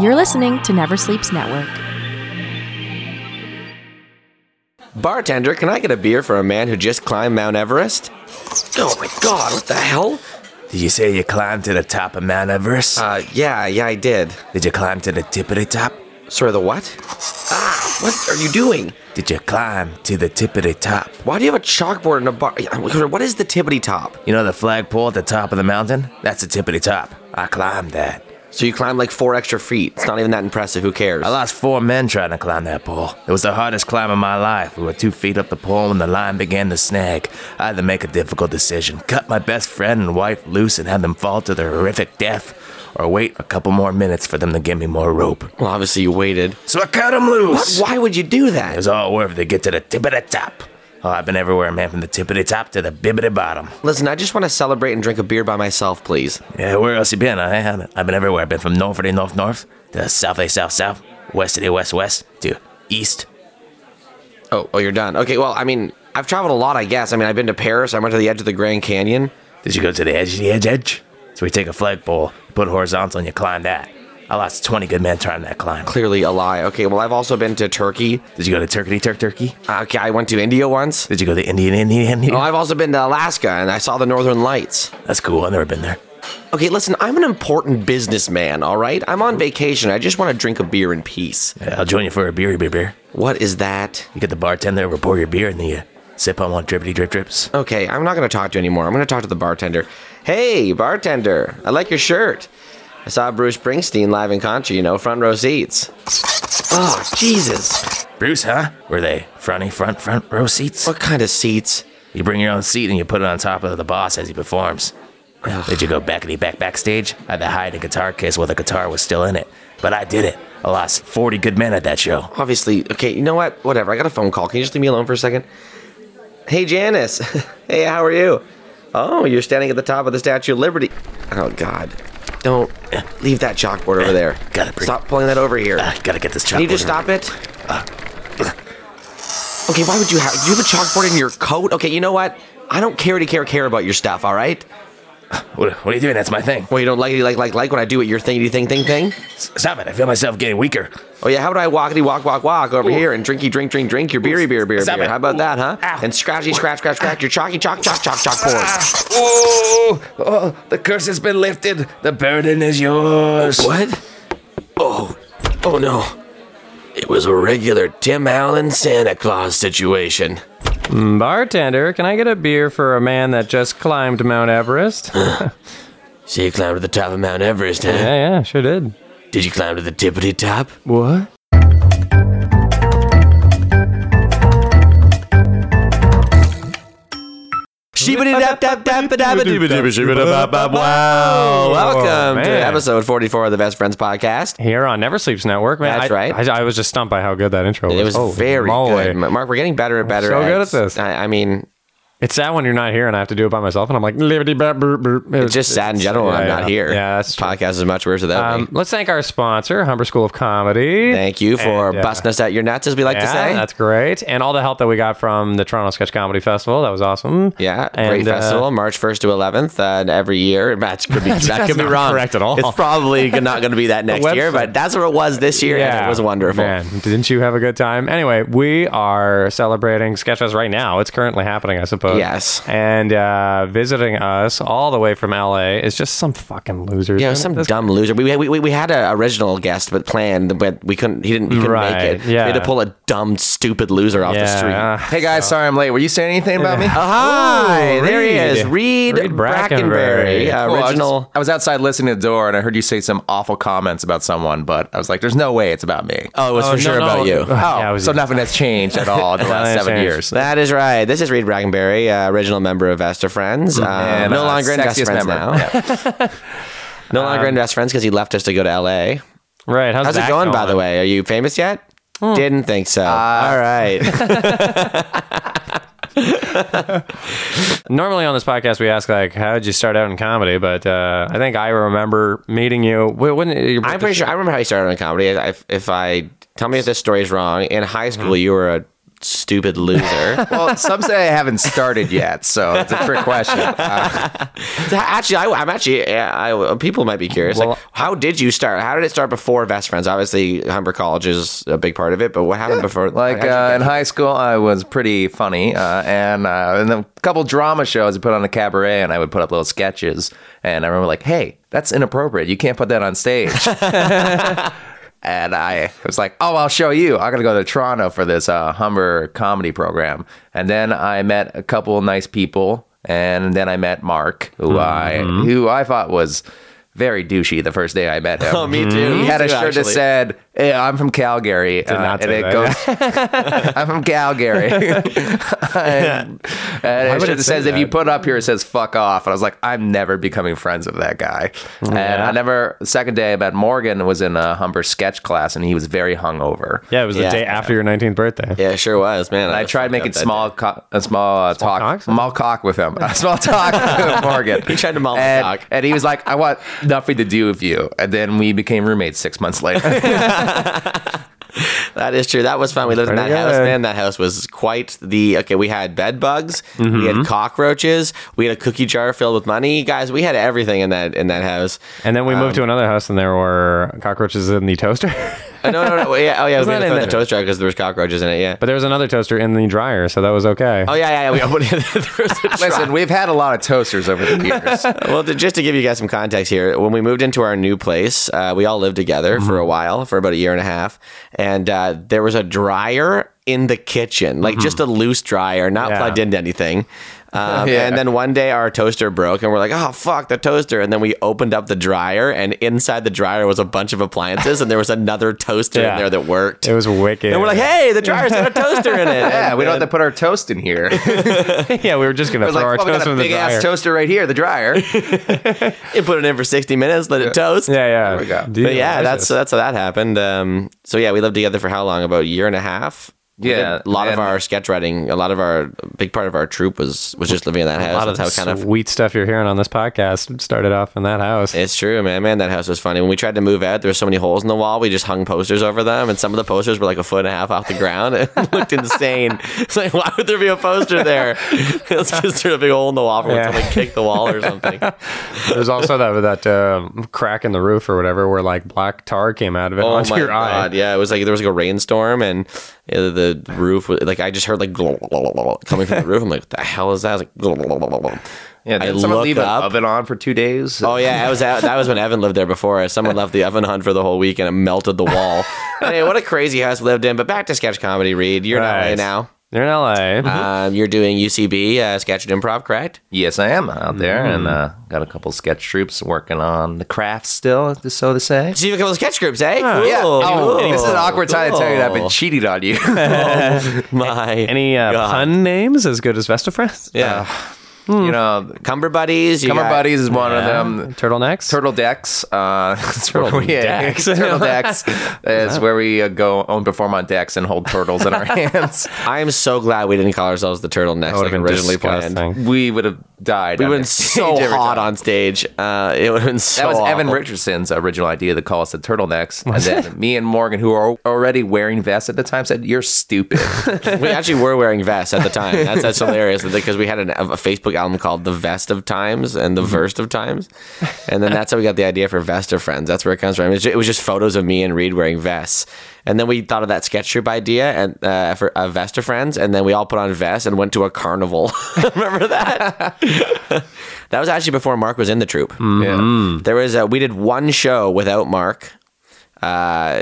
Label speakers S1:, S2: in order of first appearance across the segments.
S1: You're listening to Never Sleeps Network.
S2: Bartender, can I get a beer for a man who just climbed Mount Everest? Oh my god, what the hell?
S3: Did you say you climbed to the top of Mount Everest?
S2: Uh, yeah, yeah, I did.
S3: Did you climb to the tip of the top?
S2: Sorry, the what? Ah, what are you doing?
S3: Did you climb to the tip of the top?
S2: Why do you have a chalkboard in a bar? What is the tippity top?
S3: You know the flagpole at the top of the mountain? That's the tip of the top. I climbed that.
S2: So you climbed like four extra feet. It's not even that impressive. Who cares?
S3: I lost four men trying to climb that pole. It was the hardest climb of my life. We were two feet up the pole when the line began to snag. I had to make a difficult decision cut my best friend and wife loose and have them fall to their horrific death, or wait a couple more minutes for them to give me more rope.
S2: Well, obviously you waited.
S3: So I cut them loose!
S2: Why would you do
S3: It
S2: that?
S3: was all worth it to get to the tip of the top. Oh, I've been everywhere, man, from the tip of the top to the bibbity bottom.
S2: Listen, I just want to celebrate and drink a beer by myself, please.
S3: Yeah, where else you been? I haven't. I've been everywhere. I've been from north to the north north to south to the south south, west to the west west to east.
S2: Oh, oh, you're done. Okay, well, I mean, I've traveled a lot, I guess. I mean, I've been to Paris. I went to the edge of the Grand Canyon.
S3: Did you go to the edge of the edge edge? So we take a flagpole, put it horizontal, and you climb that. I lost 20 good men trying that climb.
S2: Clearly a lie. Okay, well, I've also been to Turkey.
S3: Did you go to Turkey Turk Turkey?
S2: Uh, Okay, I went to India once.
S3: Did you go to Indian Indian Indian?
S2: Oh, I've also been to Alaska, and I saw the Northern Lights.
S3: That's cool. I've never been there.
S2: Okay, listen, I'm an important businessman, all right? I'm on vacation. I just want to drink a beer in peace.
S3: Yeah, I'll join you for a beer, beer, beer.
S2: What is that?
S3: You get the bartender over pour your beer and the uh, sip on one drippity drip drips.
S2: Okay, I'm not going to talk to you anymore. I'm going to talk to the bartender. Hey, bartender, I like your shirt. I saw Bruce Springsteen live in Concha, you know, front row seats. Oh, Jesus.
S3: Bruce, huh? Were they fronty front front row seats?
S2: What kind of seats?
S3: You bring your own seat and you put it on top of the boss as he performs. Did you go backity back backstage? I had to hide a guitar case while the guitar was still in it. But I did it. I lost 40 good men at that show.
S2: Obviously, okay, you know what? Whatever, I got a phone call. Can you just leave me alone for a second? Hey, Janice. hey, how are you? Oh, you're standing at the top of the Statue of Liberty. Oh, God. Don't leave that chalkboard over there.
S3: Gotta bring-
S2: Stop pulling that over here.
S3: Ah, gotta get this
S2: Can
S3: chocolate.
S2: you just stop it? Okay, why would you have? Do you have a chalkboard in your coat? Okay, you know what? I don't care to care care about your stuff. All right.
S3: What, what are you doing? That's my thing.
S2: Well, you don't like like like like when I do it. Your thingy thing thing thing.
S3: S- Stop it. I feel myself getting weaker.
S2: Oh yeah, how about I walkity walk walk walk over here and drinky drink drink drink your beery beer beer
S3: Stop
S2: beer?
S3: it.
S2: How about that, huh?
S3: Ow.
S2: And scratchy scratch scratch scratch your chalky chalk chalk chalk chalk porn.
S3: Oh, oh, the curse has been lifted. The burden is yours.
S2: What?
S3: Oh, oh no. It was a regular Tim Allen Santa Claus situation.
S4: Bartender, can I get a beer for a man that just climbed Mount Everest? yeah,
S3: So you climbed to the top of Mount Everest, huh?
S4: yeah, sure did.
S3: Did you climb to the tippity top?
S4: What?
S2: Wow! Oh, Welcome to
S4: man.
S2: episode forty-four of the Best Friends Podcast.
S4: Here on Never Sleeps Network, man.
S2: That's
S4: I,
S2: right.
S4: I, I was just stumped by how good that intro was.
S2: It was
S4: Holy
S2: very
S4: moly.
S2: good, Mark. We're getting better and better.
S4: so good at this.
S2: I, I mean,
S4: It's that when you're not here and I have to do it by myself, and I'm like, liberty, burp, burp, burp. It was-
S2: It's just sad in
S4: it's-
S2: general when I'm
S4: yeah,
S2: not
S4: yeah.
S2: here.
S4: Yeah, that's true.
S2: podcast is much worse without
S4: Um,
S2: me.
S4: let's thank our sponsor, Humber School of Comedy.
S2: Thank you for
S4: and, uh,
S2: busting us at your nuts, as we like to
S4: Yeah,
S2: say.
S4: that's great. And all the help that we got from the Toronto Sketch Comedy Festival. That was awesome.
S2: yeah,
S4: and,
S2: great
S4: uh,
S2: festival, March first to eleventh, uh, every year. That could be that
S4: That's
S2: could be
S4: not
S2: wrong.
S4: correct at all.
S2: It's probably not going to be that next year,
S4: website-
S2: but that's what it was this year, and it was wonderful.
S4: Man, didn't you have a good time? Anyway, we are celebrating Sketchfest right now. It's currently happening, I suppose.
S2: Yes.
S4: And uh, visiting us all the way from LA is just some fucking loser.
S2: Yeah, some dumb loser. We, we, we- we had an original guest, but planned, but we couldn't. He didn't. He couldn't
S4: Right,
S2: make it. We had to
S4: yeah.
S2: pull a dumb, stupid loser off the
S4: Yeah,
S2: street.
S4: uh,
S2: hey guys, sorry I'm late. Were you saying anything about
S3: Uh-huh.
S2: me? Oh, hi, there he
S4: Reed.
S2: is, Reed,
S4: Reed
S2: Brackenberry,
S4: Brackenberry.
S2: uh,
S5: Well, I was-
S2: original.
S5: I was outside listening to the door and I heard you say some awful comments about someone, but I was like, there's no way it's about me.
S2: Oh, it was
S4: Oh,
S2: for
S4: no,
S2: sure
S4: no.
S2: about you.
S4: Uh,
S5: Oh,
S4: yeah, it was
S5: so
S4: you.
S5: nothing has changed at all in the last
S4: Nothing has
S5: seven
S4: changed.
S5: years.
S2: That is right. This is Reed Brackenberry, uh, original member of Best of Friends. Uh,
S5: And,
S2: no
S5: uh,
S2: longer in Best
S5: sexiest
S2: Friends
S5: member.
S2: now. no longer in Best Friends because he left us to go to LA.
S4: Right. How's,
S2: How's
S4: that
S2: it going, by the way? Are you famous yet? Didn't think so. All right.
S4: Normally on this podcast, we ask, like, how did you start out in comedy? But uh, I think I remember meeting you. Wh- When, when
S2: I'm
S6: Mm-hmm.
S2: pretty sure I remember how you started on comedy. I- If, if I tell me if this story is wrong, in high school you were a stupid loser.
S6: Well, some say I haven't started yet, so it's a trick question. Uh,
S2: actually, I, am actually. yeah, I, people might be curious. like, how did you start? How did it start before Best Friends? Obviously, Humber College is a big part of it, but what happened before?
S6: like
S2: how'd you
S6: uh,
S2: get
S6: in high school, I was pretty funny, uh, and uh, in a couple drama shows, I put on a cabaret, and I would put up little sketches, and I remember like, hey, that's inappropriate. You can't put that on stage. And I was like, oh, I'll show you. I'm going to go to Toronto for this uh, Humber comedy program. And then I met a couple of nice people. And then I met Mark, who
S2: Mm-hmm.
S6: I who I thought was very douchey the first day I met him.
S2: Oh, me too.
S6: He
S2: Me
S6: Mm-hmm. had a
S2: too,
S6: shirt that
S2: actually.
S6: said, hey, I'm from Calgary. Did
S4: not
S6: and
S4: say
S6: it
S4: that.
S6: goes, I'm from Calgary. and and it
S4: would it
S6: just
S4: say
S6: says, if you
S4: that?
S6: put up here, it says fuck off. And I was like, I'm never becoming friends with that guy. And I never, the second day I met Morgan was in a Humber sketch class and he was very hungover.
S4: Yeah, it was the
S2: Yeah.
S4: day after your 19th birthday.
S2: Yeah, it sure was, man.
S6: And I tried making small, co- a small, uh, talk,
S4: cock?
S6: small cock with him, a small talk with Morgan.
S2: He tried to mall the
S6: and,
S2: cock.
S6: and he was like, "I want nothing to do with you." And then we became roommates six months later.
S2: That is true. That was fun. We lived in that
S4: Pretty
S2: house,
S4: good.
S2: man. That house was quite the okay. We had bed bugs, we
S6: Mm-hmm.
S2: had cockroaches, we had a cookie jar filled with money, guys. We had everything in that in that house.
S4: And then we moved to
S2: Um,
S4: another house, and there were cockroaches in the toaster.
S2: Uh, no, no, no. Yeah, oh yeah, we
S4: that
S2: had to throw it
S4: in
S2: in
S4: there?
S2: the toaster because there was cockroaches in it. Yeah.
S4: but there was another toaster in the dryer, so that was okay.
S2: Oh yeah, yeah, yeah. We opened it. There was a jar.
S6: Listen, we've had a lot of toasters over the years.
S2: well, to, just to give you guys some context here, when we moved into our new place, uh, we all lived together
S4: Mm-hmm.
S2: for a while, for about a year and a half, and uh, there was a dryer in the kitchen, like just a loose dryer, not
S4: Mm-hmm. Yeah.
S2: plugged into anything. Um,
S6: Yeah.
S2: And then one day our toaster broke, and we're like, "Oh fuck, the toaster!" And then we opened up the dryer, and inside the dryer was a bunch of appliances, and there was another toaster
S4: Yeah.
S2: in there that worked.
S4: It was wicked.
S2: and we're like, "Hey, the dryer's got a toaster in it."
S6: Yeah, we don't have to put our toast in here. It's
S4: yeah, we were just gonna throw
S6: like,
S4: our
S2: "Oh,
S6: well, we got
S4: toaster
S6: a
S4: in the
S6: big
S4: dryer.
S6: ass toaster right here, the dryer.
S2: You put it in for sixty minutes, let it toast.
S4: yeah, yeah.
S6: we go.
S4: Dude,
S2: but yeah, that's that's
S4: delicious.
S2: how that happened. Um, so yeah, we lived together for how long? About a year and a half. We
S6: Yeah,
S2: did a lot of
S6: and-
S2: our sketch writing, a lot of our a big part of our troupe was was just living in that house.
S4: a lot of the
S2: That's how kind of
S4: sweet stuff you're hearing on this podcast started off in that house.
S2: it's true, man. Man, that house was funny. When we tried to move out, there were so many holes in the wall. We just hung posters over them, and some of the posters were like a foot and a half off the ground. It looked insane. It's like, why would there be a poster there? Let's just throw a big hole in the wall for when
S4: Yeah.
S2: somebody kicked the wall or something.
S4: There's also that that um crack in the roof or whatever where like black tar came out of it onto your eye.
S2: Oh Yeah, it was like there was like a rainstorm and yeah, the the roof was like I just heard like glug, glug, glug, glug coming from the roof. I'm like, what the hell is that? I was like, glug, glug, glug, glug, glug.
S6: Yeah,
S2: I
S6: did someone
S2: look
S6: leave
S2: up.
S6: an oven on for two days?
S2: Oh yeah, I was out, that was when Evan lived there before. us. Someone left the oven on for the whole week and it melted the wall. hey, what a crazy house we lived in. But back to sketch comedy, Reed. You're
S4: Right.
S2: in LA now.
S4: You're in LA.
S2: Um, you're doing UCB uh, sketch and improv, correct?
S6: Yes, I am out there, and uh, got a couple sketch troops working on the craft still, just so to say.
S2: So you have a couple of sketch groups, eh?
S6: Yeah. Oh, this is an awkward time to tell you that I've been
S2: Cool.
S6: cheated on you.
S2: My
S4: Any uh,
S2: God.
S4: pun names as good as Vesta Friends?
S2: Yeah,
S6: you know,
S2: Cumber buddies. you
S6: Comer
S2: got-
S6: Buddies is one of them.
S4: Turtlenecks.
S6: Turtle Decks. Uh, turtle
S4: Decks.
S6: turtle Decks is where we uh, go and perform on decks and hold turtles in our hands.
S2: I am so glad we didn't call ourselves the Turtlenecks
S4: Would've
S2: like originally planned.
S4: disgusting.
S6: We would have died.
S2: We
S6: on
S2: would been
S6: it.
S2: so
S6: Every
S2: hot
S6: time.
S2: on stage. Uh, it would have been so.
S6: That was Evan
S2: awful.
S6: Richardson's original idea to call us the turtlenecks. And then me and Morgan, who are already wearing vests at the time, said, You're stupid.
S2: we actually were wearing vests at the time. That's that's hilarious because we had an, a Facebook album called "The Vest of Times" and "The Verst of Times," and then that's how we got the idea for Vester Friends. That's where it comes from. It was ju- it was just photos of me and Reed wearing vests, and then we thought of that sketch group idea and uh, for uh, Vester Friends, and then we all put on vests and went to a carnival. Remember that? that was actually before Mark was in the troupe.
S6: Yeah.
S2: There was a, we did one show without Mark. Uh,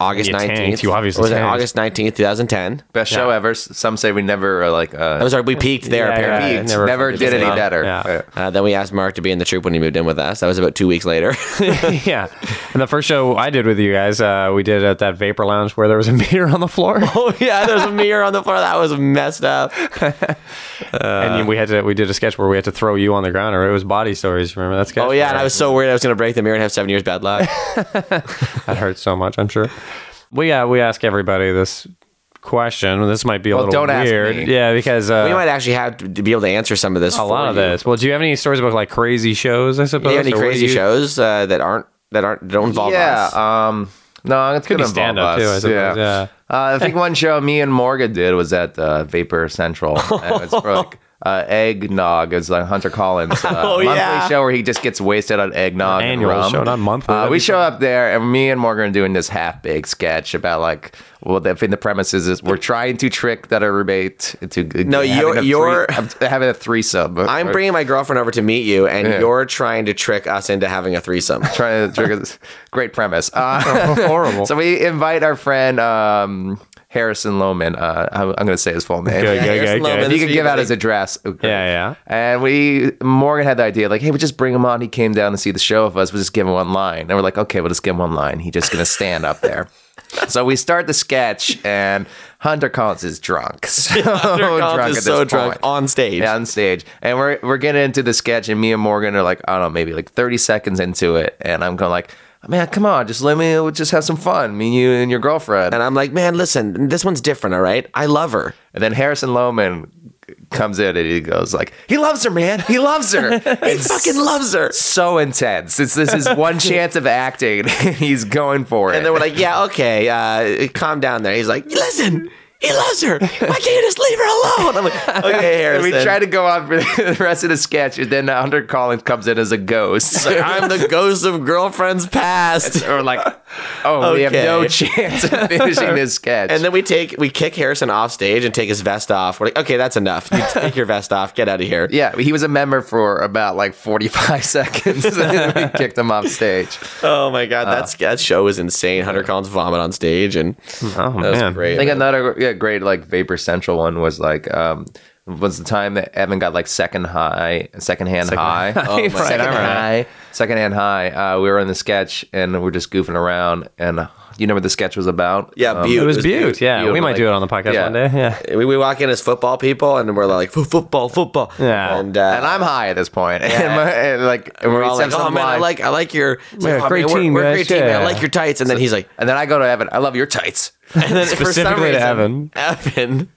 S2: August
S4: You tanked.
S2: nineteenth.
S4: You obviously
S2: was it
S4: tanked.
S2: August nineteenth, two thousand ten.
S6: Best show ever. S- Some say we never uh, like
S2: That
S6: uh,
S2: was our we peaked there
S4: Yeah,
S2: apparently.
S4: yeah,
S6: peaked.
S4: never
S6: never, did any
S4: did.
S6: better.
S4: Yeah.
S6: Yeah.
S2: Uh, then we asked Mark to be in the troop when he moved in with us. That was about two weeks later.
S4: yeah. And the first show I did with you guys, uh, we did at that vapor lounge where there was a meter on the floor,
S2: oh yeah, there's a mirror on the floor. That was messed up.
S4: Uh, and we had to we did a sketch where we had to throw you on the ground, or it was body stories. Remember that sketch?
S2: Oh yeah, and I was so worried I was gonna break the mirror and have seven years bad luck.
S4: that hurt so much. I'm sure. We uh, we ask everybody this question. This might be a
S6: Well,
S4: little
S6: don't ask
S4: weird.
S6: me.
S4: Yeah, because uh,
S2: we might actually have to be able to answer some of this.
S4: a lot of this. Well, do you have any stories about like crazy shows? I
S2: Do
S4: suppose.
S2: you have any
S4: or what do
S2: crazy
S4: you-
S2: shows uh, that aren't that aren't don't involve
S6: yeah.
S2: us?
S6: Um, no, I'm going to
S4: Could be
S6: involve
S4: stand up
S6: us.
S4: too. I suppose. Yeah.
S6: Uh, I think one show me and Morgan did was at uh, Vapor Central. And it's for like uh, eggnog. It's like Hunter Collins' uh, monthly
S2: yeah.
S6: show where he just gets wasted on eggnog
S4: Oh, Annual
S6: and rum.
S4: show, not monthly.
S6: Uh,
S4: That'd
S6: we
S4: be
S6: show up there, and me and Morgan are doing this half baked sketch about like, well, the, I think the premise is, is we're trying to trick that our roommate into
S2: No,
S6: having
S2: you're-
S6: a three-
S2: you're-
S6: having a threesome.
S2: I'm
S6: Or-
S2: bringing my girlfriend over to meet you, and
S6: Yeah.
S2: you're trying to trick us into having a threesome.
S6: trying to trigger this great premise. Uh,
S4: Horrible.
S6: so we invite our friend um, Harrison Lohman. Uh, I'm, I'm going to say his full name.
S4: Good, good,
S2: Harrison
S4: good,
S2: Loman.
S4: good.
S6: If you could give out his address. Oh,
S4: Yeah, yeah.
S6: And we, Morgan had the idea, like, hey, we just bring him on. He came down to see the show of us. We'll just give him one line. And we're like, okay, we'll just give him one line. He's just going to stand up there. so we start the sketch, and Hunter Collins is drunk. So
S2: Collins
S6: drunk
S2: is
S6: at
S2: so
S6: this
S2: drunk
S6: point.
S2: on stage.
S6: Yeah, on stage. And we're we're getting into the sketch, and me and Morgan are like, I don't know, maybe like 30 seconds into it, and I'm going like, man, come on, just let me we'll just have some fun, me, you, and your girlfriend.
S2: And I'm like, man, listen, this one's different, all right? I love her.
S6: And then Harrison Lohman comes in and he goes like, he loves her, man. He loves her.
S2: He fucking loves her.
S6: so intense. It's this is one chance of acting. He's going for it.
S2: And they were like, yeah, okay, uh, calm down there. He's like, listen, he loves her. Why can't you just leave her alone? I'm like, okay,
S6: and we
S2: Harrison.
S6: try to go on for the rest of the sketch, and then Hunter Collins comes in as a ghost.
S2: I'm the ghost of girlfriend's past.
S6: or like, oh, we have
S2: Okay.
S6: no chance of finishing this sketch.
S2: And then we take we kick Harrison off stage and take his vest off. We're like, okay, that's enough. You take your vest off, get out of here.
S6: Yeah, he was a member for about like 45 seconds. and then we kicked him off stage.
S2: Oh my god, that's that show was insane. Hunter Collins vomit on stage and
S4: Oh
S2: that was
S4: man.
S2: great.
S6: I think another yeah, great like Vapor Central one was like um was the time that Evan got like second high, secondhand high,
S2: Oh my
S4: Right,
S6: second
S4: I remember that.
S6: high, secondhand high. Uh, we were in the sketch and we are just goofing around, and uh, you know what the sketch was about?
S2: Yeah,
S6: Um,
S2: Butte.
S4: It was
S6: Butte.
S4: Butte. Yeah,
S6: Butte,
S4: we might
S6: like-
S4: do it on the podcast
S6: yeah.
S4: one day. Yeah.
S2: we, we walk in as football people and we're like "Fo- football, football.
S4: Yeah.
S2: And, uh,
S6: and I'm high at this point. And, my, and like and
S2: we're all like, oh man, I like I like your oh,
S4: great
S2: man, we're-
S4: team,
S2: we're, a
S4: guys,
S2: great team. man. I
S4: yeah."
S2: like your tights. And then he's like,
S6: and then I go to Evan. I love your tights.
S2: and then for some
S4: Specifically to
S2: reason,
S4: Evan.
S2: Evan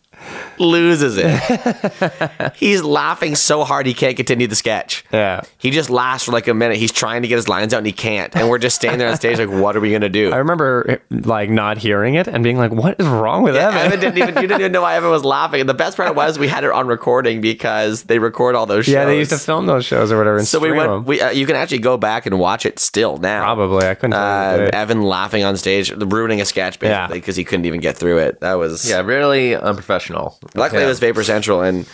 S2: loses it. he's laughing so hard he can't continue the sketch.
S4: Yeah.
S2: He just laughs for like a minute. He's trying to get his lines out and he can't. And we're just standing there on stage like, what are we gonna do?
S4: I remember like not hearing it and being like, "What is wrong with Evan?"
S2: Evan didn't even you didn't even know why Evan was laughing. And the best part was we had it on recording because they record all those shows.
S4: yeah, they used to film those shows or whatever. And
S2: So we
S4: stream
S2: went.
S4: them.
S2: We uh, you can actually go back and watch it still now.
S4: probably. I couldn't. tell you
S2: Uh,
S4: today.
S2: Evan laughing on stage, ruining a sketch basically
S4: Yeah.
S2: because he couldn't even get through it. That was
S6: Yeah, really unprofessional.
S2: Luckily,
S6: yeah.
S2: it was Vapor Central, and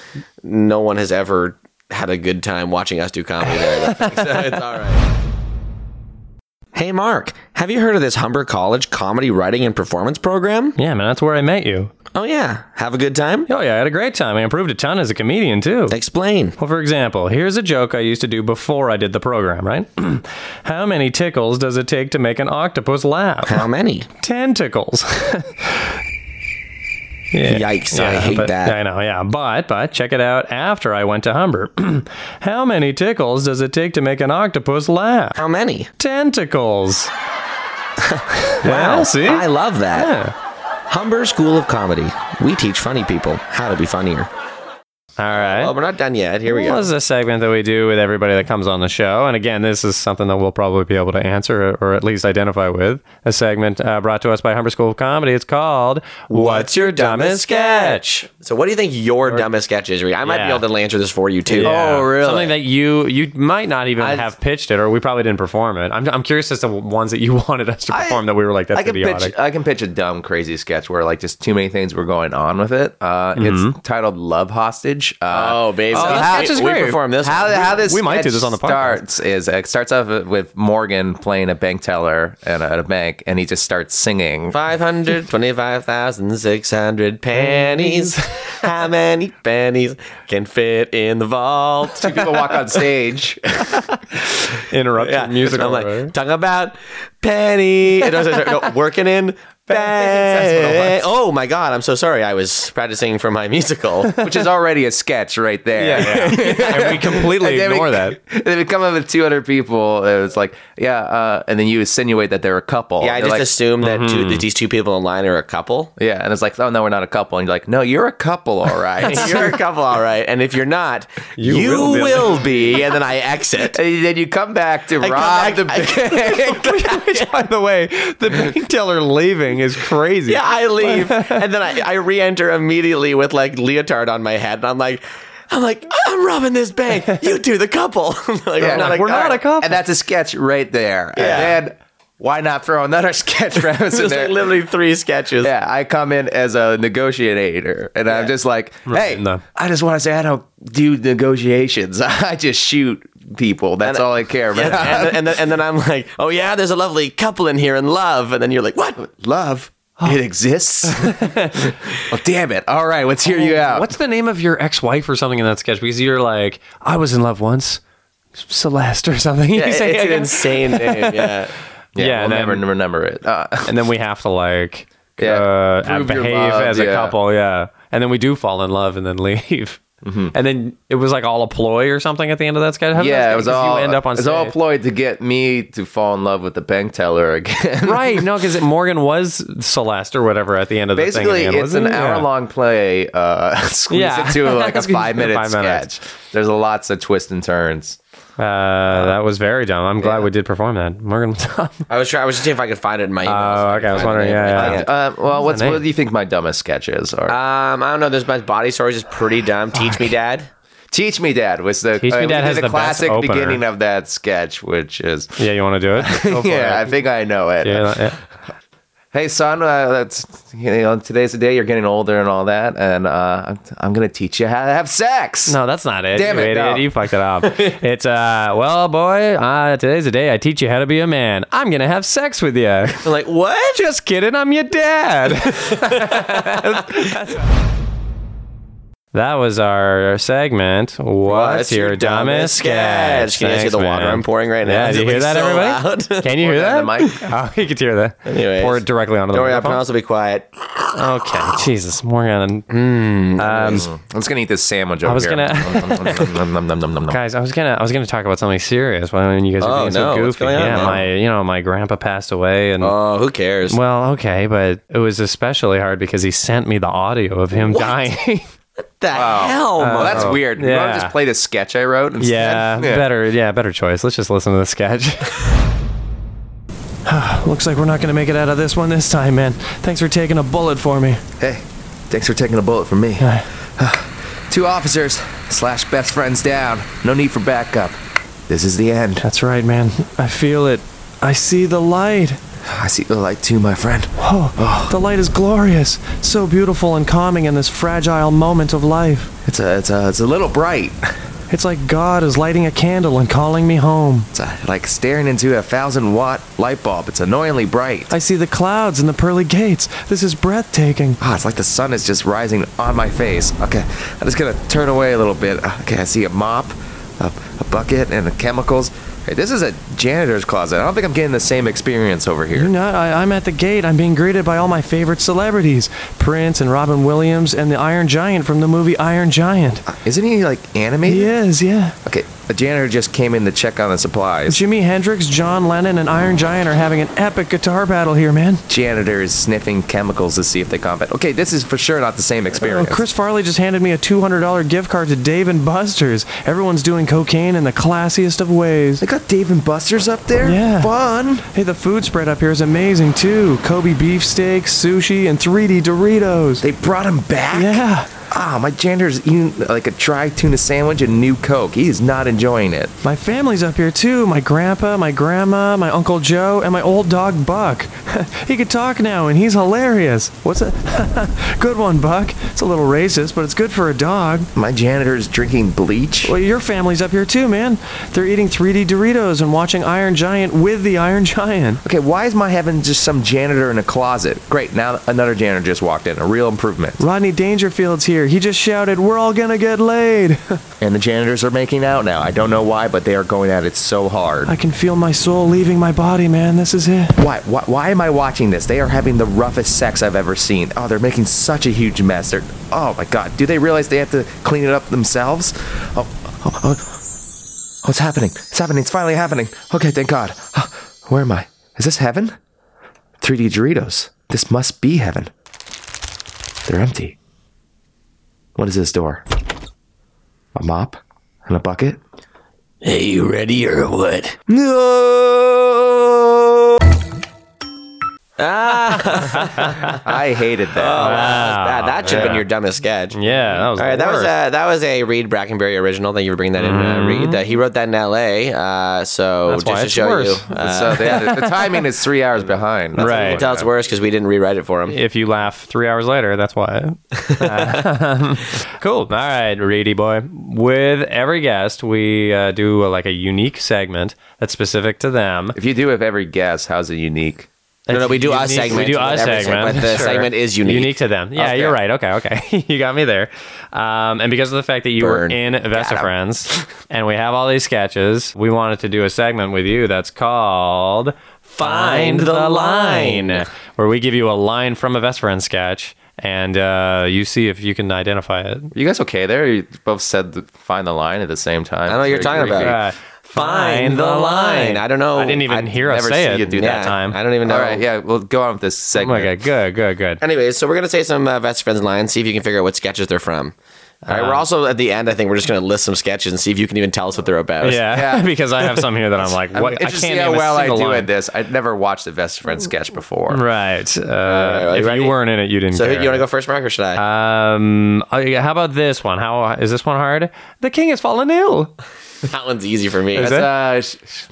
S2: no one has ever had a good time watching us do comedy there. I don't think. so it's all right. Hey, Mark, have you heard of this Humber College comedy writing and performance program?
S4: yeah, man, that's where I met you.
S2: Oh yeah, have a good time.
S4: Oh yeah, I had a great time. I improved a ton as a comedian too.
S2: Explain.
S4: Well, for example, here's a joke I used to do before I did the program, right? How many tickles does it take to make an octopus laugh?
S2: How many?
S4: Ten tickles. yeah.
S2: Yikes! I hate
S4: but-
S2: that.
S4: I know, yeah. But, but, check it out after I went to Humber. How many tickles does it take to make an octopus laugh?
S2: How many?
S4: Tentacles. wow. See?
S2: I love that. Humber School of Comedy. We teach funny people how to be funnier.
S4: All right.
S2: Well, Oh, we're not done yet. Here we
S4: Well,
S2: go.
S4: this is a segment that we do with everybody that comes on the show. And again, this is something that we'll probably be able to answer or at least identify with. A segment uh, brought to us by Humber School of Comedy. It's called What's Your Dumbest Sketch?
S2: So, what do you think your dumbest sketch is? Reed? I might
S4: Yeah.
S2: be able to answer this for you too.
S4: Yeah. Something that you you might not even have pitched it, or we probably didn't perform it. I'm, I'm curious as to ones that you wanted us to perform that we were like, that's
S6: I can
S4: idiotic.
S6: pitch. I can pitch a dumb, crazy sketch where like just too many things were going on with it. Uh,
S4: Mm-hmm.
S6: It's titled "Love Hostage." Uh,
S2: Oh, babe.
S6: so
S2: Oh, this sketch is
S6: we
S2: great.
S6: perform this. How,
S2: one.
S6: how this
S4: We might do
S6: sketch
S4: this on the podcast.
S6: starts is it starts off with Morgan playing a bank teller at a, at a bank, and he just starts singing.
S2: Five hundred twenty-five thousand six hundred pennies. How many pennies can fit in the vault?
S6: Two people walk on stage.
S4: Interrupt your music.
S2: I'm
S4: over.
S2: like talking about penny. No, sorry, sorry, no, working in. Bang. Oh my god! I'm so sorry. I was practicing for my musical.
S6: Which is already a sketch right there.
S4: yeah, yeah. and we completely
S6: And then
S4: ignore
S6: we,
S4: that.
S6: And then we come up with 200 people. It was like, yeah. Uh, and then you insinuate that they're a couple.
S2: Yeah, I just
S6: They're like,
S2: assumed that, two, that these two people in line are a couple.
S6: Yeah, and it's like, oh no, we're not a couple. And you're like, no, you're a couple, all right.
S2: You're a couple, all right. And if you're not, you, will,
S4: will
S2: be.
S4: be.
S2: And then I exit.
S6: and then you come back to rob
S2: back-
S6: the bank.
S4: Which, by the way, the bank teller leaving leaving is crazy.
S2: Yeah, I leave, and then I, I re-enter immediately with like leotard on my head, and I'm like, I'm like, I'm robbing this bank. You two, the couple. like, we're
S6: Yeah.
S2: not a
S4: We're not
S2: couple.
S4: a couple.
S6: And that's a sketch right there.
S2: Yeah.
S6: And then why not throw another sketch reference in
S2: It's
S6: there?
S2: like literally three sketches.
S6: yeah, I come in as a negotiator, and I'm just like, hey,
S4: no.
S6: I just want to say I don't do negotiations. I just shoot people. That's all I care about.
S2: And, and, then- and, then, and then I'm like, oh yeah, there's a lovely couple in here in love, and then you're like, what?
S6: Love, it exists. well, damn it. All right, let's hear you out.
S4: What's the name of your ex-wife or something in that sketch? Because you're like, I was in love once, Celeste or something. You
S2: It's
S4: say
S2: an
S4: again.
S2: insane name. Yeah.
S4: yeah,
S6: we'll
S4: and, then,
S6: never remember it. Uh,
S4: and then we have to like
S6: Yeah.
S4: uh,
S6: Prove your
S4: behave
S6: love,
S4: as a
S6: yeah.
S4: couple. Yeah, and then we do fall in love and then leave. And then it was like all a ploy or something at the end of that sketch. How did that sketch-
S6: Mm-hmm. yeah, it was
S4: 'cause
S6: all.
S4: You end up on
S6: it was all
S4: stage.
S6: ploy to get me to fall in love with the bank teller again.
S4: right? No, because Morgan was Celeste or whatever at the end of the thing.
S6: Basically,
S4: again,
S6: it's an
S4: wasn't it? Yeah.
S6: hour-long play. Uh, squeeze
S4: Yeah.
S6: it to like a
S4: Squeeze it to
S6: five-minute
S4: five minutes.
S6: sketch. There's lots of twists and turns.
S4: Uh, that was very dumb. I'm glad
S6: yeah.
S4: we did perform that. Morgan was dumb.
S2: I was trying. I was just seeing if I could find it in my
S4: Oh,
S2: emails.
S4: okay. I was wondering. Yeah, Uh, yeah.
S6: Uh, well, what's,
S4: the name?
S6: what do you think my dumbest sketches are?
S2: Um, I don't know. There's my body stories is pretty dumb. Teach me, Dad.
S6: Teach Me Dad was the
S4: Teach Me
S6: uh, we
S4: Dad
S6: did
S4: has
S6: a
S4: the best
S6: classic
S4: opener.
S6: beginning of that sketch, which is
S4: Yeah, you want to do it? Go for
S6: yeah,
S4: it.
S6: I think I know it.
S4: Yeah, yeah.
S6: Hey son, uh, that's you know, today's the day you're getting older and all that, and uh, I'm, I'm gonna teach you how to have sex.
S4: No, that's not it.
S6: Damn
S4: you
S6: it,
S4: idiot.
S6: no.
S4: You fucked it up. it's, uh, well, boy, uh, today's the day I teach you how to be a man. I'm going to have sex with you. I'm like, what? Just kidding. I'm your dad. that was our segment. What's, your, dumbest
S2: Can
S4: sketch?
S2: you guys hear
S4: Thanks,
S2: the water
S4: man.
S2: I'm pouring right now?
S4: Yeah,
S2: Is
S4: do you
S2: it,
S4: hear
S2: like,
S4: that,
S2: so
S4: everybody?
S2: loud?
S4: Can you hear
S6: Pour it
S4: that?
S6: on the mic.
S4: Oh, you could hear that.
S2: Anyways.
S4: Pour it directly onto
S2: Don't
S4: the
S2: worry, I'll
S4: microphone.
S2: pronounce will be quiet.
S4: Okay, Jesus, Morgan.
S6: I'm just gonna eat this sandwich. Over
S4: was
S6: here.
S4: gonna-
S6: Nom, nom, nom, nom, nom, nom.
S4: guys i was gonna i was gonna talk about something serious but when you guys are
S2: Oh,
S4: being
S2: no,
S4: so
S2: what's
S4: goofy
S2: going on,
S4: yeah
S2: man?
S4: my you know my grandpa passed away and
S2: Oh, who cares?
S4: well okay but it was especially hard because he sent me the audio of him dying
S2: the hell?
S6: Oh, Well, that's weird. You want
S4: Oh. yeah.
S6: to just play the sketch I wrote? Instead?
S4: yeah, better yeah better choice let's just listen to the sketch looks like we're not gonna make it out of this one this time man thanks for taking a bullet for me
S6: Hey, thanks for taking a bullet from me.
S4: Yeah.
S6: Two officers slash best friends down. No need for backup. This is the end.
S4: that's right man i feel it i see the light
S6: I see the light too, my friend.
S4: oh the light is glorious so beautiful and calming in this fragile moment of life
S6: It's a, it's a, it's a little bright.
S4: It's like God is lighting a candle and calling me home.
S6: It's a, like staring into a thousand watt light bulb. It's annoyingly bright.
S4: I see the clouds and the pearly gates. This is breathtaking.
S6: Ah, it's like the sun is just rising on my face. Okay, I'm just gonna turn away a little bit. Ah, Okay, I see a mop, a, a bucket, and the chemicals. Hey, this is a janitor's closet. I don't think I'm getting the same experience over here.
S4: You're not, I, I'm at the gate. I'm being greeted by all my favorite celebrities Prince and Robin Williams and the Iron Giant from the movie Iron Giant.
S6: Isn't he like animated?
S4: He is, yeah.
S6: Okay, the janitor just came in to check on the supplies.
S4: Jimi Hendrix, John Lennon, and Iron Giant are having an epic guitar battle here, man.
S6: Janitor is sniffing chemicals to see if they combat. Okay, this is for sure not the same
S4: Oh,
S6: experience.
S4: Chris Farley just handed me a $200 gift card to Dave and Buster's. Everyone's doing cocaine in the classiest of ways.
S6: they got Dave and Buster's up there.
S4: Yeah.
S6: fun.
S4: Hey, the food spread up here is amazing too. Kobe beefsteak, sushi, and 3D Doritos.
S6: They brought him back.
S4: Yeah.
S6: Ah, my janitor's eating like a dry tuna sandwich and new Coke. He is not enjoying it.
S4: My family's up here too. My grandpa, my grandma, my uncle Joe, and my old dog Buck. he could talk now, and he's hilarious. What's that? good one, Buck. It's a little racist, but it's good for a dog.
S6: My janitor is drinking bleach.
S4: Well, your family's up here too, man. They're eating 3D Doritos and watching Iron Giant with the Iron Giant.
S6: Okay, why is my having just some janitor in a closet? Great, now another janitor just walked in. A real improvement.
S4: Rodney Dangerfield's here. He just shouted, "We're all gonna get laid."
S6: And the janitors are making out now. I don't know why, but they are going at it so hard.
S4: I can feel my soul leaving my body, man. This is it.
S6: Why, why, why am I watching this? They are having the roughest sex I've ever seen. Oh, they're making such a huge mess. They're, oh my god, do they realize they have to clean it up themselves? Oh, oh, oh, oh, it's happening. It's happening. It's finally happening. Okay, thank god. Huh, Where am I? Is this heaven? 3D Doritos. This must be heaven. They're empty. What is this door? A mop? And a bucket?
S3: Hey, you ready or what?
S6: No!
S2: Ah.
S6: I hated that.
S2: that, that should have been your dumbest sketch.
S4: Oh, Yeah, that was
S2: All right, that was uh, a, that was a Reed Brackenberry original. Thank you for bringing that in, uh, Reed. Uh, he wrote that in L.A. Uh, so
S4: Mm-hmm. That's
S2: just
S4: why
S2: to
S4: it's
S2: show
S4: worse.
S2: you, uh,
S6: so the, the timing is three hours behind. That's
S4: Right.
S2: you can tell it's worse because we didn't rewrite it for him.
S4: Um, if you laugh three hours later, that's why. Um, cool. All right, Reedy boy. With every guest, we uh, do uh, like a unique segment that's specific to them.
S6: If you do have every guess, how's it unique?
S2: No, no, we do
S4: Unique-
S2: a segment.
S4: We do a
S2: Whatever
S4: segment.
S2: But the
S4: Sure.
S2: segment is unique.
S4: Unique to them. Yeah,
S2: Okay.
S4: you're right. Okay, okay. you got me there. Um, and because of the fact that you
S2: Burn.
S4: were in Vesta Friends and we have all these sketches, we wanted to do a segment with you that's called Find the Line, where we give you a line from a Vesta Friends sketch and uh, you see if you can identify it.
S6: You guys okay there? You both said the, find the line at the same time.
S2: I don't know what you're
S6: Very
S2: talking
S6: creepy.
S2: about.
S4: Uh,
S2: Find the line. I don't know.
S4: I didn't even
S2: I'd
S4: hear us
S6: never
S4: say
S6: see
S4: it
S6: you do
S4: that
S2: Yeah,
S4: time.
S2: I don't even know.
S6: All right, yeah, we'll go on with this
S4: Oh my
S6: segment.
S4: god. Good. Good. Good.
S2: Anyways, so we're gonna say some uh, best friends lines. See if you can figure out what sketches they're from. All right, we're also at the end. I think we're just gonna list some sketches and see if you can even tell us what they're about.
S4: Yeah,
S6: Yeah.
S4: because I have some here that I'm like, what? I
S6: Interesting
S4: can't
S6: how
S4: name a
S6: well I do
S4: single line.
S6: at this. I'd never watched the best friend sketch before.
S4: Right. Uh,
S2: right,
S4: if
S2: ready?
S4: you weren't in it, you didn't.
S2: So who-
S4: care.
S2: you want to go first, Mark, or should I?
S4: Um. oh, yeah, How about this one? How is this one hard? The king has fallen ill.
S2: that one's easy for me.
S6: It's uh, Sh- Sh-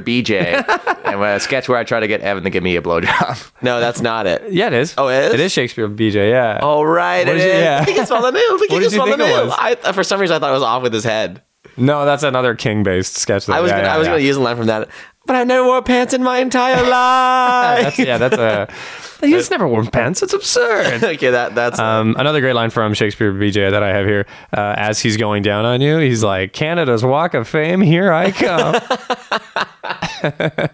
S6: BJ, and uh, a sketch where I try to get Evan to give me a blowjob.
S2: no, that's not it.
S4: Yeah, it is.
S2: Oh, it is? Oh.
S4: It is Shakespeare, BJ. Yeah.
S2: All right,
S4: What
S2: it
S4: is it?
S2: is.
S4: Yeah.
S2: I think it's fallen ill. I think
S4: What did
S2: it's
S4: you
S2: fallen
S4: think it
S2: ill.
S4: was?
S2: I, uh, for some reason, I thought it was off with his head.
S4: No, that's another king-based sketch. Though.
S2: I was
S4: yeah,
S2: gonna,
S4: yeah,
S2: I was
S4: yeah.
S2: gonna use a line from that, but I've never wore pants in my entire life.
S4: That's, yeah, that's a. He's never worn pants. It's absurd.
S2: okay, that that's
S4: Um, another great line from Shakespeare BJ that I have here. Uh, as he's going down on you, he's like, "Canada's Walk of Fame, here I come." uh,
S2: yeah,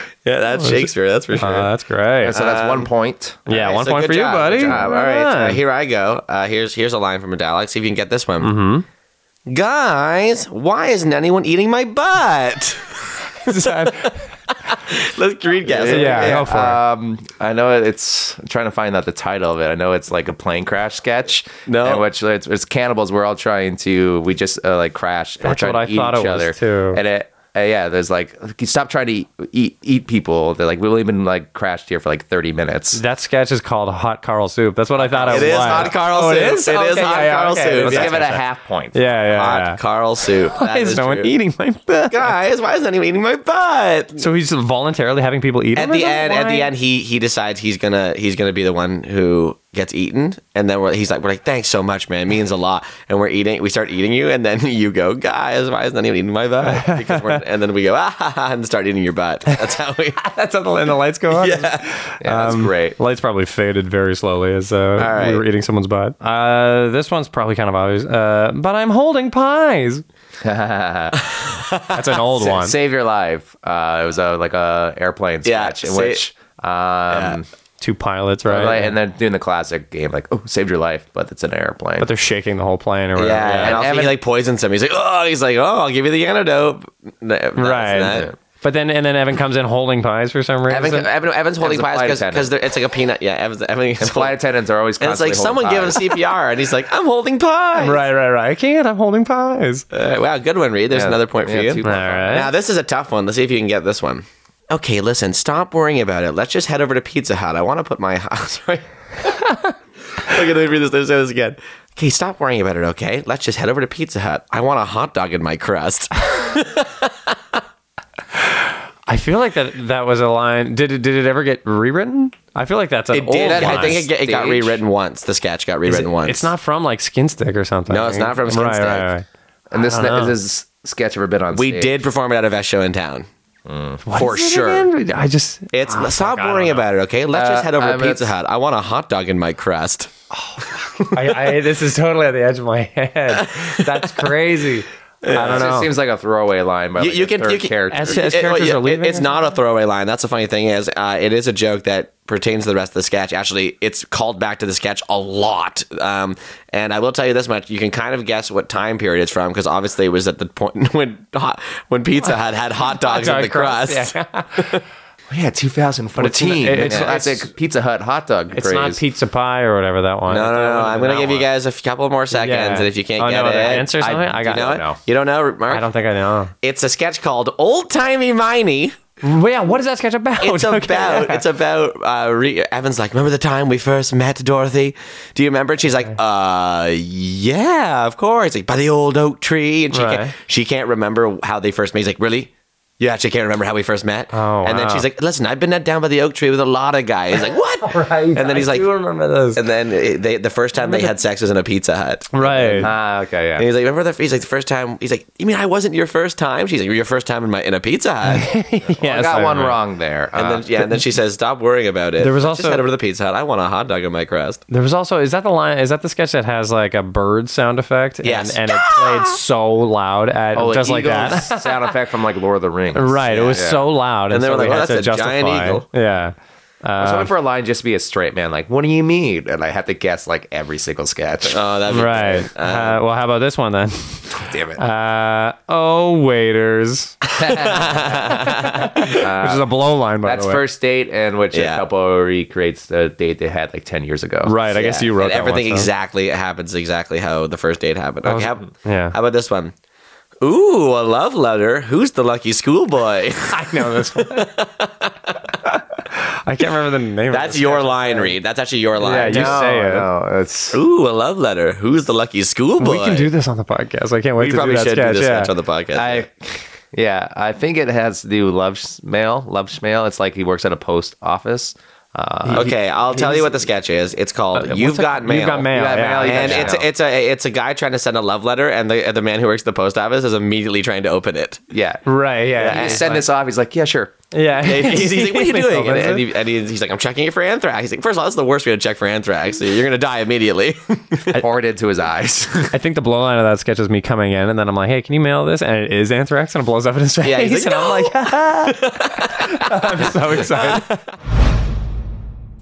S2: that's Shakespeare. That's for sure.
S4: Uh, that's great.
S6: So that's one point.
S4: yeah,
S2: All right,
S4: one
S2: so
S4: point
S2: good
S4: for
S2: job,
S4: you, buddy.
S2: good job. All
S4: Right
S2: right,
S4: on.
S2: uh, here I go. Uh, here's here's a line from Adalek. See if you can get this one. Mm-hmm. Guys, why isn't anyone eating my butt? Let's read guess.
S4: yeah,
S2: it.
S4: go for
S6: Um, I know it's I'm trying to find out the title of it. I know it's like a plane crash sketch.
S2: No.
S6: in which it's, it's cannibals. We're all trying to we just uh, like crash. and we're
S4: That's
S6: trying
S4: what
S6: to
S4: I
S6: eat
S4: thought
S6: each
S4: it was,
S6: other.
S4: too.
S6: And it, uh, yeah, there's like stop trying to eat, eat eat people. They're like we've only been like crashed here for like thirty minutes.
S4: it. That sketch is called Hot Carl Soup. That's what I thought it,
S2: It
S4: was.
S2: is hot Carl
S4: Oh,
S2: soup.
S4: it is.
S2: It is
S4: Okay,
S2: hot
S4: yeah, yeah,
S2: Carl
S4: okay,
S2: soup.
S6: Let's
S2: Yeah.
S6: give it a half point.
S4: Yeah, yeah,
S2: Hot
S4: yeah.
S2: Carl soup. That
S4: Why is no
S2: true.
S4: one eating my butt?
S2: Guys, why isn't anyone eating my butt?
S4: So he's voluntarily having people eat
S2: At
S4: him. or
S2: the
S4: something?
S2: end, at the
S4: Why?
S2: end, he he decides he's gonna he's gonna be the one who gets eaten, and then we're, he's like, "We're like, thanks so much, man, it means a lot." And we're eating, we start eating you, and then you go, "Guys, why isn't anyone eating my butt?" Because we're, and then we go, "Ah," ha, ha," and start eating your butt. That's how we.
S4: That's how the, and the lights go on. Um,
S6: Yeah, that's great.
S4: Lights probably faded very slowly as uh,
S2: right.
S4: we were eating someone's butt. Uh, this one's probably kind of obvious, uh, but I'm holding pies. That's an old one.
S6: Save your life. Uh, it was a like a airplane
S2: Yeah,
S6: sketch in
S2: sa-
S6: which um,
S4: Two pilots, right?
S6: like, and then doing the classic game like oh saved your life, but it's an airplane.
S4: but they're shaking the whole plane or
S2: Yeah,
S4: whatever.
S2: and also
S6: Evan-
S2: he like poisons him. He's like, "Oh," he's like, "Oh, I'll give you the antidote." That- that's
S4: right.
S2: not-
S4: But then and then Evan comes in holding pies for some reason.
S2: Evan, Evan, Evan's holding
S6: Evan's a
S2: pies
S6: flight attendant.
S2: because it's like a peanut. Yeah, Evan's, Evan,
S6: flight attendants are always
S2: and it's
S6: constantly
S2: like someone give him
S6: holding pies.
S2: CPR, and he's like, "I'm holding pies."
S4: right, right, right. I can't. I'm holding pies.
S2: Uh, wow, good one, Reed. There's
S6: Yeah,
S2: another point for
S6: yeah,
S2: you.
S6: two
S4: All right.
S2: Now this is a tough one. Let's see if you can get this one. Okay, listen. Stop worrying about it. Let's just head over to Pizza Hut. I want to put my sorry. okay, let me read this. Let me say this again. Okay, stop worrying about it. Okay, let's just head over to Pizza Hut. I want a hot dog in my crust.
S4: I feel like that that was a line. Did it did it ever get rewritten? I feel like that's an old
S6: did.
S4: line.
S2: I think it, get- it got
S6: Stage?
S2: rewritten once. The sketch got rewritten once.
S4: It's not from like Skin Stick or something.
S2: No, it's not from Skin
S4: right,
S2: Stick.
S4: Right, right.
S6: And this
S4: I don't know.
S6: is this sketch ever been on
S2: We
S6: stage.
S2: did perform it at a best show in town. For
S4: Mm. Is it
S2: sure.
S4: again? I just
S2: It's stop
S4: fuck, I
S2: worrying
S4: don't know. Uh,
S2: about it, okay? Let's just head over
S6: I'm
S2: to
S6: gonna-
S2: Pizza Hut. I want a hot dog in my crust.
S4: I, I this is totally at the edge of my head. That's crazy. I don't
S6: It
S4: know.
S6: seems like a throwaway line by
S2: You-
S6: like
S2: you
S6: a
S2: can-
S6: third
S2: you can-
S6: character.
S4: As- as
S2: It- well,
S4: characters
S2: yeah,
S4: are
S2: it-
S4: leaving,
S2: it's not a throwaway line. That's the funny thing is, uh, it is a joke that pertains to the rest of the sketch. Actually, it's called back to the sketch a lot. Um, and I will tell you this much: you can kind of guess what time period it's from because obviously it was at the point when hot, when Pizza Hut had hot dogs in the crust.
S4: Yeah.
S6: yeah, 2014.
S4: But it's not- it's-
S6: classic Pizza Hut hot dog.
S4: It's not
S6: craze.
S4: pizza pie or whatever that one.
S2: No, no, no. I'm gonna
S4: That
S2: give you
S4: one.
S2: guys a f- couple more seconds,
S4: Yeah.
S2: and if you can't
S4: Oh,
S2: get
S4: no,
S2: it,
S4: the answer or something? I
S2: do
S4: got-
S2: you know
S4: I
S2: it.
S4: don't know.
S2: You don't know, Mark?
S4: I don't think I know.
S2: It's a sketch called Old Timey Miney.
S4: Well, yeah, what is that sketch about?
S2: It's
S4: Oh, Okay,
S2: about
S4: yeah.
S2: it's about uh, re- Evan's like, remember the time we first met Dorothy? Do you remember? And she's like, uh, yeah, of course. Like by the old oak tree, and she
S4: Right.
S2: can't, she can't remember how they first met. He's like, really? You actually can't remember how we first met?
S4: Oh,
S2: and then
S4: wow.
S2: she's like, listen, I've been down by the oak tree with a lot of guys. He's like, what?
S4: Right,
S2: And then he's
S4: I
S2: like,
S4: do remember those.
S2: and then it- they, the first time they had sex was in a Pizza Hut.
S4: right.
S6: Ah, okay,
S2: And
S6: yeah.
S2: he's like, remember the? He's like, the first time. He's like, you mean I wasn't your first time? She's like, your first time in my in a Pizza Hut.
S4: yes,
S6: I got one
S4: remember.
S6: wrong there.
S2: And
S6: Uh,
S4: Ah.
S2: then yeah, and then she says, "Stop worrying about it."
S4: There was
S2: I just
S4: also-
S2: head over to the Pizza Hut. I want a hot dog in my crust.
S4: There was also is that the line is that the sketch that has like a bird sound effect?
S2: Yes.
S4: And, and it played so loud at
S6: oh,
S4: just
S6: an
S4: like
S6: eagle's
S4: that.
S6: sound effect from like Lord of the Rings.
S4: right. it was so loud. And,
S2: they
S4: so
S2: were like,
S4: we
S2: "Oh,
S4: had
S2: that's
S4: to
S2: a giant
S4: justify-
S2: eagle."
S4: Yeah.
S6: I was hoping for a line just to be a straight man, like, what do you mean? And I had to guess like every single sketch.
S2: Oh, that
S4: Right. Uh, well, how about this one then?
S6: Damn it.
S4: Uh, oh, waiters. Which is a blow line, by
S6: That's
S4: the way.
S6: first date, and which
S2: Yeah.
S6: a couple recreates the date they had like 10 years ago.
S4: Right. I guess you
S2: and
S4: wrote that
S2: everything
S4: one, so-
S2: exactly happens exactly how the first date happened. Okay, how,
S4: yeah.
S2: how about this one? Ooh, a love letter. Who's the lucky schoolboy?
S4: I know this one. I can't remember the name.
S2: That's
S4: of this.
S2: your line, Reed. That's actually your line.
S4: you-
S6: No,
S4: say it.
S6: no, it's
S2: Ooh, a love letter. Who's the lucky schoolboy?
S4: We can do this on the podcast. I can't wait
S2: We
S4: to
S2: probably
S4: do that
S2: should
S4: sketch.
S2: do this
S4: yeah.
S2: sketch on the podcast.
S6: I, yeah, I think it has to do with love s- mail, love mail. It's like he works at a post office. Uh,
S2: okay, I'll tell you what the sketch is. It's called "You've
S4: What's it-
S2: Got Mail."
S4: You've got mail.
S6: got
S4: yeah.
S6: mail, you got
S2: And it's
S6: mail.
S2: it's a it's a guy trying to send a love letter, and the the man who works at the post office is immediately trying to open it.
S6: yeah,
S4: Right. Yeah.
S6: You
S4: it's
S6: send
S4: like-
S6: this off. He's like, yeah, sure.
S4: Yeah.
S2: He's, he's like, "What are you doing?" And,
S4: Opens
S2: and
S4: it.
S2: he- and he's, he's like, "I'm checking it for anthrax." He's like, first of all, that's the worst way to check for anthrax. You're gonna die immediately."
S6: Pour it into his eyes.
S4: I think the blow line of that sketch is me coming in, and then I'm like, "Hey, can you mail this?" And it is anthrax, and it blows up in his face.
S2: Yeah, he's like,
S4: and I'm like, I'm so excited.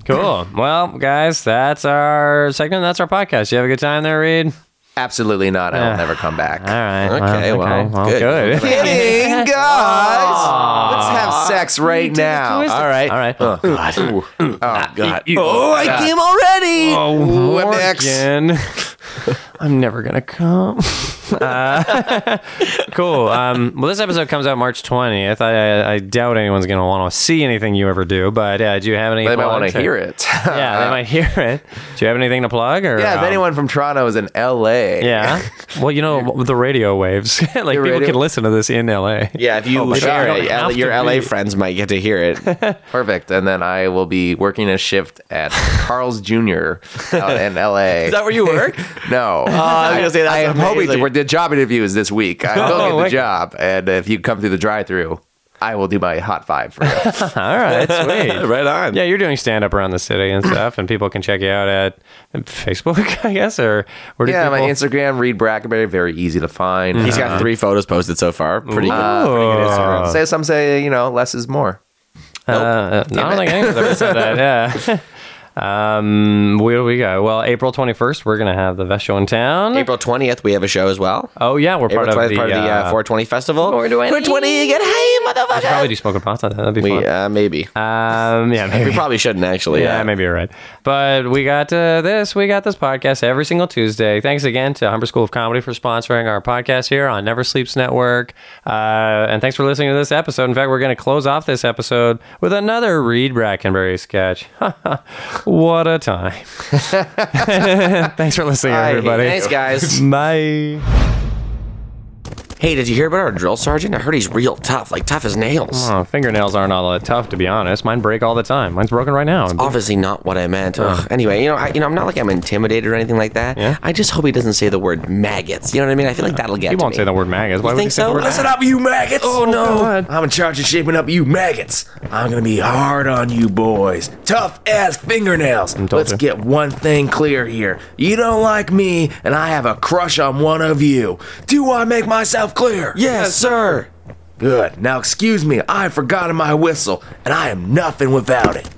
S4: Cool. Well, guys, that's our segment. That's our podcast. You have a good time there, Reed.
S6: Absolutely not. I will never come back.
S4: All right.
S2: Okay, well, good.
S4: good.
S6: Kidding, guys. Let's have sex right now.
S4: All right. All right.
S6: Oh, God. Oh, God.
S2: oh, I came already.
S4: Oh,
S6: Ooh, I'm next.
S4: Morgan. I'm never going to come. Uh, cool. Um, well, this episode comes out March 20th. I, I, I doubt anyone's going to want to see anything you ever do, but uh, do you have any?
S6: They might
S4: plugs
S6: want to
S4: or-
S6: hear it.
S4: Yeah, they might hear it. Do you have anything to plug? Or,
S6: Yeah, if
S4: um,
S6: anyone from Toronto is in LA.
S4: Yeah. Well, you know, the radio waves. like, people
S6: radio-
S4: can listen to this in LA.
S2: Yeah, if you
S4: God.
S2: share
S4: You
S2: it,
S4: Oh, don't
S2: L-
S4: have
S2: your
S4: to
S2: LA
S4: be-
S2: friends might get to hear it.
S6: Perfect. And then I will be working a shift at Carl's Jr. out in LA.
S2: Is that where you work?
S6: no.
S2: I was gonna say that's
S6: Oh, I am hoping
S2: amazing.
S6: to, we're- the job interview is this week. I
S4: Oh,
S6: will get the
S4: wicked.
S6: job. And if you come through the drive through, I will do my hot five for you.
S4: All right. Sweet.
S2: right on.
S4: Yeah, you're doing stand up around the city and stuff, and people can check you out at Facebook, I guess, or where do
S6: yeah,
S4: people?
S6: my Instagram, Reed Brackenberry, very easy to find.
S2: He's
S4: Uh-huh.
S2: got three photos posted so far. Pretty good.
S4: Oh.
S6: Uh, say some say, you know, less is more.
S4: Uh, I don't think anyone's ever said that. Yeah. um, where do we go? Well, April 21st, we're going to have the Vest Show in town.
S2: April 20th, we have a show as well.
S4: Oh, yeah. We're
S2: April
S4: part of,
S2: 20th,
S4: the,
S2: part of the uh, 420 Festival.
S4: 420.
S2: 420, get high, motherfucker.
S4: Probably do Smoking Pasta. That'd be
S2: We,
S4: fun.
S2: uh, maybe.
S4: um, yeah,
S2: we
S4: maybe.
S2: probably shouldn't, actually.
S4: Yeah, maybe you're right. But we got uh, this. We got this podcast every single Tuesday. Thanks again to Humber School of Comedy for sponsoring our podcast here on Never Sleeps Network. Uh, and thanks for listening to this episode. In fact, we're going to close off this episode with another Reed Brackenberry sketch. what a time. thanks for listening, everybody.
S2: Thanks, guys.
S4: Bye.
S2: hey, did you hear about our drill sergeant? I heard he's real tough, like tough as nails.
S4: Oh, fingernails aren't all that tough, to be honest. Mine break all the time. Mine's broken right now.
S2: Obviously not what I meant. Ugh. Anyway, you know, I, you know, I'm not like I'm intimidated or anything like that.
S4: Yeah?
S2: I just hope he doesn't say the word maggots. You know what I mean? I feel like that'll get.
S4: He
S2: to
S4: won't
S2: me.
S4: say the word maggots. Why
S2: You
S4: would he
S2: think
S4: say the
S2: so?
S4: word
S2: Listen
S4: maggots?
S2: up, you maggots! Oh
S4: God.
S3: I'm in charge of shaping up you maggots. I'm gonna be hard on you boys. Tough as fingernails.
S4: told
S3: Let's
S4: you.
S3: get one thing clear here. You don't like me, and I have a crush on one of you. Do I make myself clear?
S2: Yes, sir.
S3: Good. Now, excuse me, I forgot my whistle, and I am nothing without it.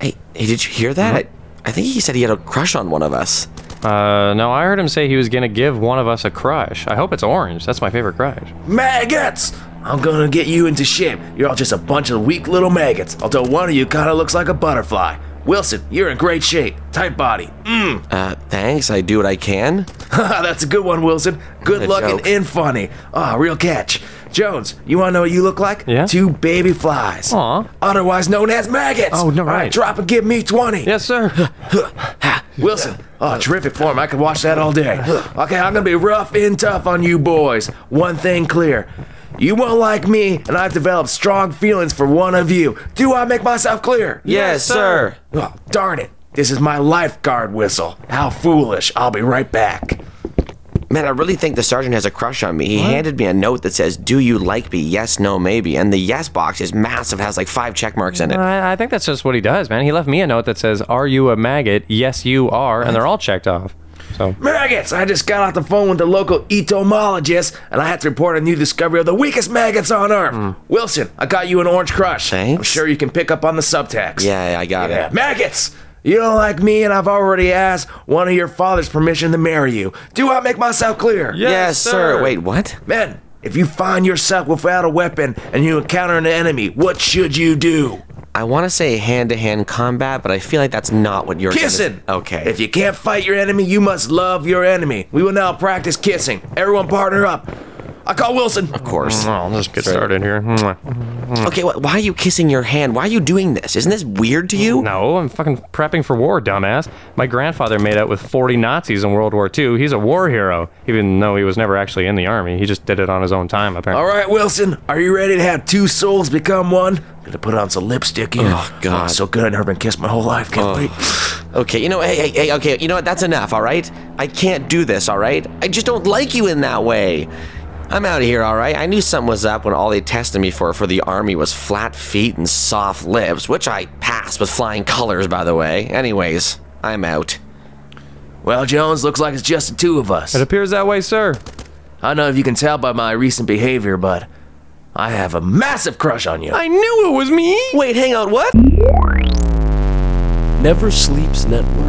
S2: Hey, hey, did you hear that? I, I think he said he had a crush on one of us.
S4: Uh, no, I heard him say he was gonna give one of us a crush. I hope it's orange. That's my favorite crush.
S3: Maggots! I'm gonna get you into shape. You're all just a bunch of weak little maggots, although one of you kinda looks like a butterfly. Wilson, you're in great shape. Tight body.
S2: Uh, thanks. I do what I can.
S3: Haha, That's a good one, Wilson. Good
S2: Good
S3: looking
S2: joke.
S3: and funny. Ah, real catch. Jones, you want to know what you look like?
S4: Yeah.
S3: Two baby flies.
S4: Aw.
S3: Otherwise known as maggots.
S4: Oh, no,
S3: All
S4: right.
S3: drop and give me 20.
S4: Yes, sir.
S3: Wilson,
S2: Uh,
S3: oh, terrific form. I could watch that all day. Okay, I'm going to be rough and tough on you boys. One thing clear. You won't like me, and I've developed strong feelings for one of you. Do I make myself clear?
S2: Yes, sir.
S3: Oh, darn it. This is my lifeguard whistle. How foolish. I'll be right back.
S2: Man, I really think the sergeant has a crush on me. He handed me a note that says, Do you like me? Yes, no, maybe. And the yes box is massive, has like five check marks in it.
S4: I, I think that's just what he does, man. He left me a note that says, "Are you a maggot?" Yes, you are, and they're all checked off. So
S3: Maggots! I just got off the phone with the local entomologist, and I had to report a new discovery of the weakest maggots on Earth. Wilson, I got you an orange crush. I'm
S2: Hmm. Thanks.
S3: sure you can pick up on the subtext.
S2: Oh, Yeah, I got
S3: Yeah.
S2: it.
S3: Maggots! You don't like me, and I've already asked one of your father's permission to marry you. Do I make myself clear?
S2: Yes, sir. Wait, what?
S3: Men, if you find yourself without a weapon and you encounter an enemy, what should you do?
S2: I want to say hand to hand combat, but I feel like that's not what you're gonna-
S3: Kissing!
S2: Okay.
S3: If you can't fight your enemy, you must love your enemy. We will now practice kissing. Everyone partner up. I call Wilson.
S2: of course.
S4: I'll just get started here. Mwah.
S2: Okay, wh- why are you kissing your hand? Why are you doing this? Isn't this weird to you?
S4: No, I'm fucking prepping for war, dumbass. My grandfather made out with 40 Nazis in World War II. He's a war hero, even though he was never actually in the army. He just did it on his own time, apparently.
S3: All right, Wilson, are you ready to have two souls become one? Gonna put on some lipstick here.
S2: Oh, God. Oh.
S3: so good. I never been kissed my whole life. Can't wait.
S2: Okay, you know, hey, hey, hey, okay, you know what? That's enough, all right? I can't do this, all right? I just don't like you in that way. I'm out of here, all right? I knew something was up when all they tested me for for the army was flat feet and soft lips, which I passed with flying colors, by the way. Anyways, I'm out.
S3: Well, Jones, looks like it's just the two of us.
S4: It appears that way, sir.
S3: I don't know if you can tell by my recent behavior, but I have a massive crush on you.
S4: I knew it was me!
S2: Wait, hang on, what?
S7: Never Sleeps Network.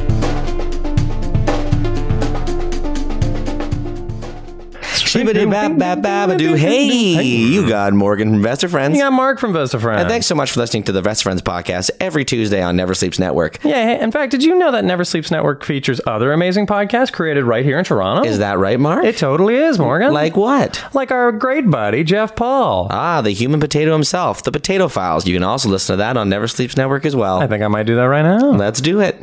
S2: Shibbity-bap-bap-babadoo. Hey, you got Morgan from Best of Friends.
S4: You got Mark from Vesta Friends.
S2: And thanks so much for listening to the Best of Friends podcast every Tuesday on Never Sleeps Network.
S4: Yeah, hey, in fact, did you know that Never Sleeps Network features other amazing podcasts created right here in Toronto?
S2: Is that right, Mark?
S4: It totally is, Morgan.
S2: like what?
S4: like our great buddy, Jeff Paul.
S2: Ah, the human potato himself, the Potato Files. You can also listen to that on Never Sleeps Network as well.
S4: I think I might do that right now.
S2: Let's do it.